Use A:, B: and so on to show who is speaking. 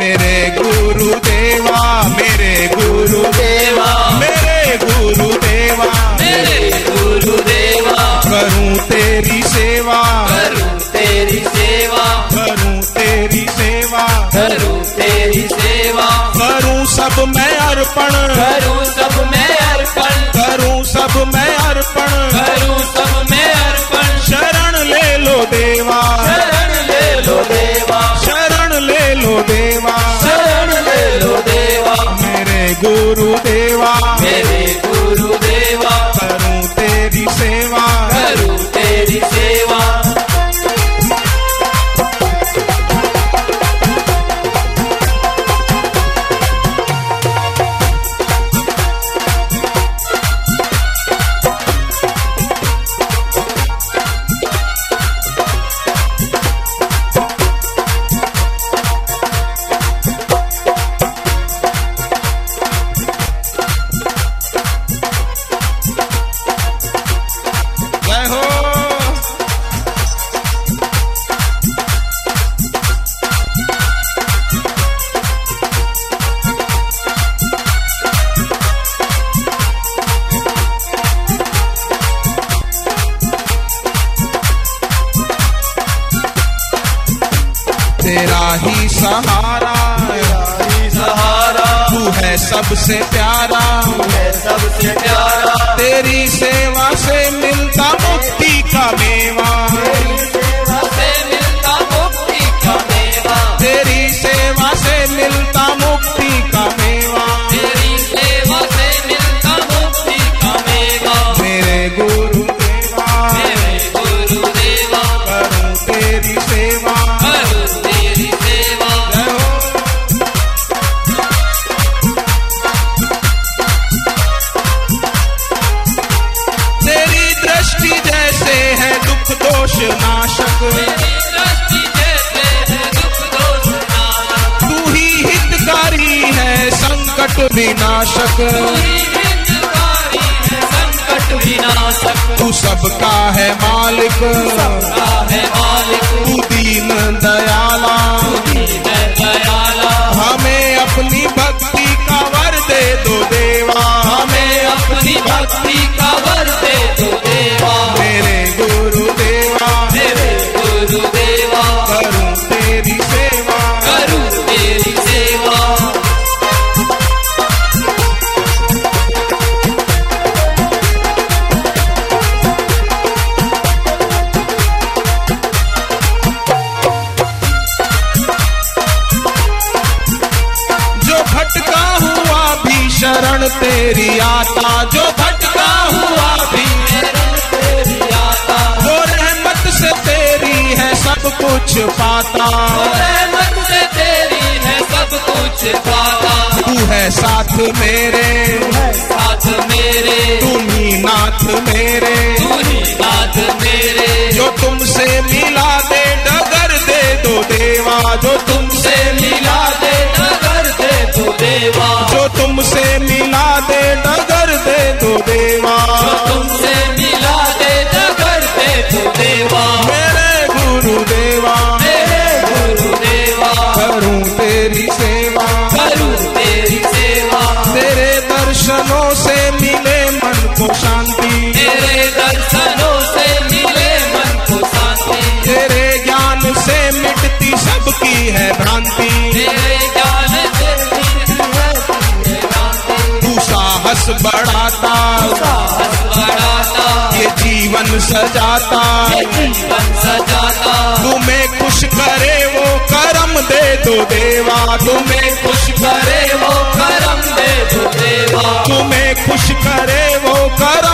A: मेरे गुरु देवा मेरे गुरु
B: देवा
A: मेरे गुरु देवा
B: मेरे गुरु देवा
A: करूं तेरी सेवा
B: करूं तेरी सेवा
A: करूं तेरी सेवा
B: करूं तेरी सेवा
A: करूं सब मैं अर्पण
B: करूं सब मैं अर्पण
A: करूं सब मैं अर्पण
B: करूं सब मैं अर्पण
A: शरण ले लो देवा
B: शरण ले लो देवा
A: शरण ले लो देवा
B: शरण ले लो देवा
A: मेरे गुरु देवा
B: मेरे गुरु देवा
A: करूं तेरी सेवा
B: करूं तेरी सेवा
A: जय हो तेरा ही सहारा
B: सहारा
A: तू है सबसे प्यारा
B: है सबसे प्यारा
A: तेरी सेवा से मिलता मुक्ति का मेवा
B: तेरी सेवा से मिलता मुक्ति का
A: तेरी सेवा से मिलता मुक्ति का
B: मेवा
A: मेवा
B: तेरी सेवा से मिलता मुक्ति का मेवा
A: मेरे गुरु देवा
B: मेरे गुरु देवा
A: करूं तेरी सेवा
B: करूं तेरी सेवा
A: जय हो। तेरी दृष्टि जैसे है दुख दोष नाशक
B: तेरी दृष्टि जैसे है दुख दोष नाशक
A: तू ही हितकारी है संकट विनाशक
B: तेरी हितकारी है संकट विनाशक
A: तू सबका है मालिक
B: का है मालिक
A: तू दीन दयाला
B: दीन दयाला
A: हमें अपनी भक्ति का वर दे दो देवा
B: हमें अपनी भक्ति का वर दे दो देवा
A: मेरे गुरु देवा
B: मेरे गुरु देवा
A: करूं तेरी सेवा
B: करूं तेरी सेवा
A: जो भटका हुआ भी शरण तेरी आता जो भटका हुआ भी वो रहमत से तेरी है सब कुछ पाता
B: रहमत से तेरी है सब कुछ पाता
A: तू है साथ मेरे
B: साथ मेरे
A: तुम ही नाथ मेरे
B: तू ही नाथ मेरे
A: जो तुमसे मिला दे डगर दे दो देवा जो तुमसे
B: तुमसे मिला दे नगर दे तू देवा
A: जो तुमसे मिला दे डगर दे दो देवा
B: तुमसे मिला दे नगर दे तू देवा
A: मेरे गुरु देवा
B: मेरे गुरु देवा
A: करूं तेरी सेवा
B: करूँ तेरी सेवा
A: तेरे दर्शनों से मिले मन को शांति
B: तेरे दर्शनों से मिले मन को शांति
A: तेरे ज्ञान से मिटती सबकी है भ्रांति
B: तेरे ज्ञान से मिले शांति
A: तू साहस बढ़ाता
B: साहस बढ़ाता
A: ये जीवन सजाता
B: जीवन सजाता
A: तुम्हें खुश करे वो करम दे दो देवा तुम्हें खुश
B: करे वो करम दे दो देवा
A: तुम्हें खुश करे वो करम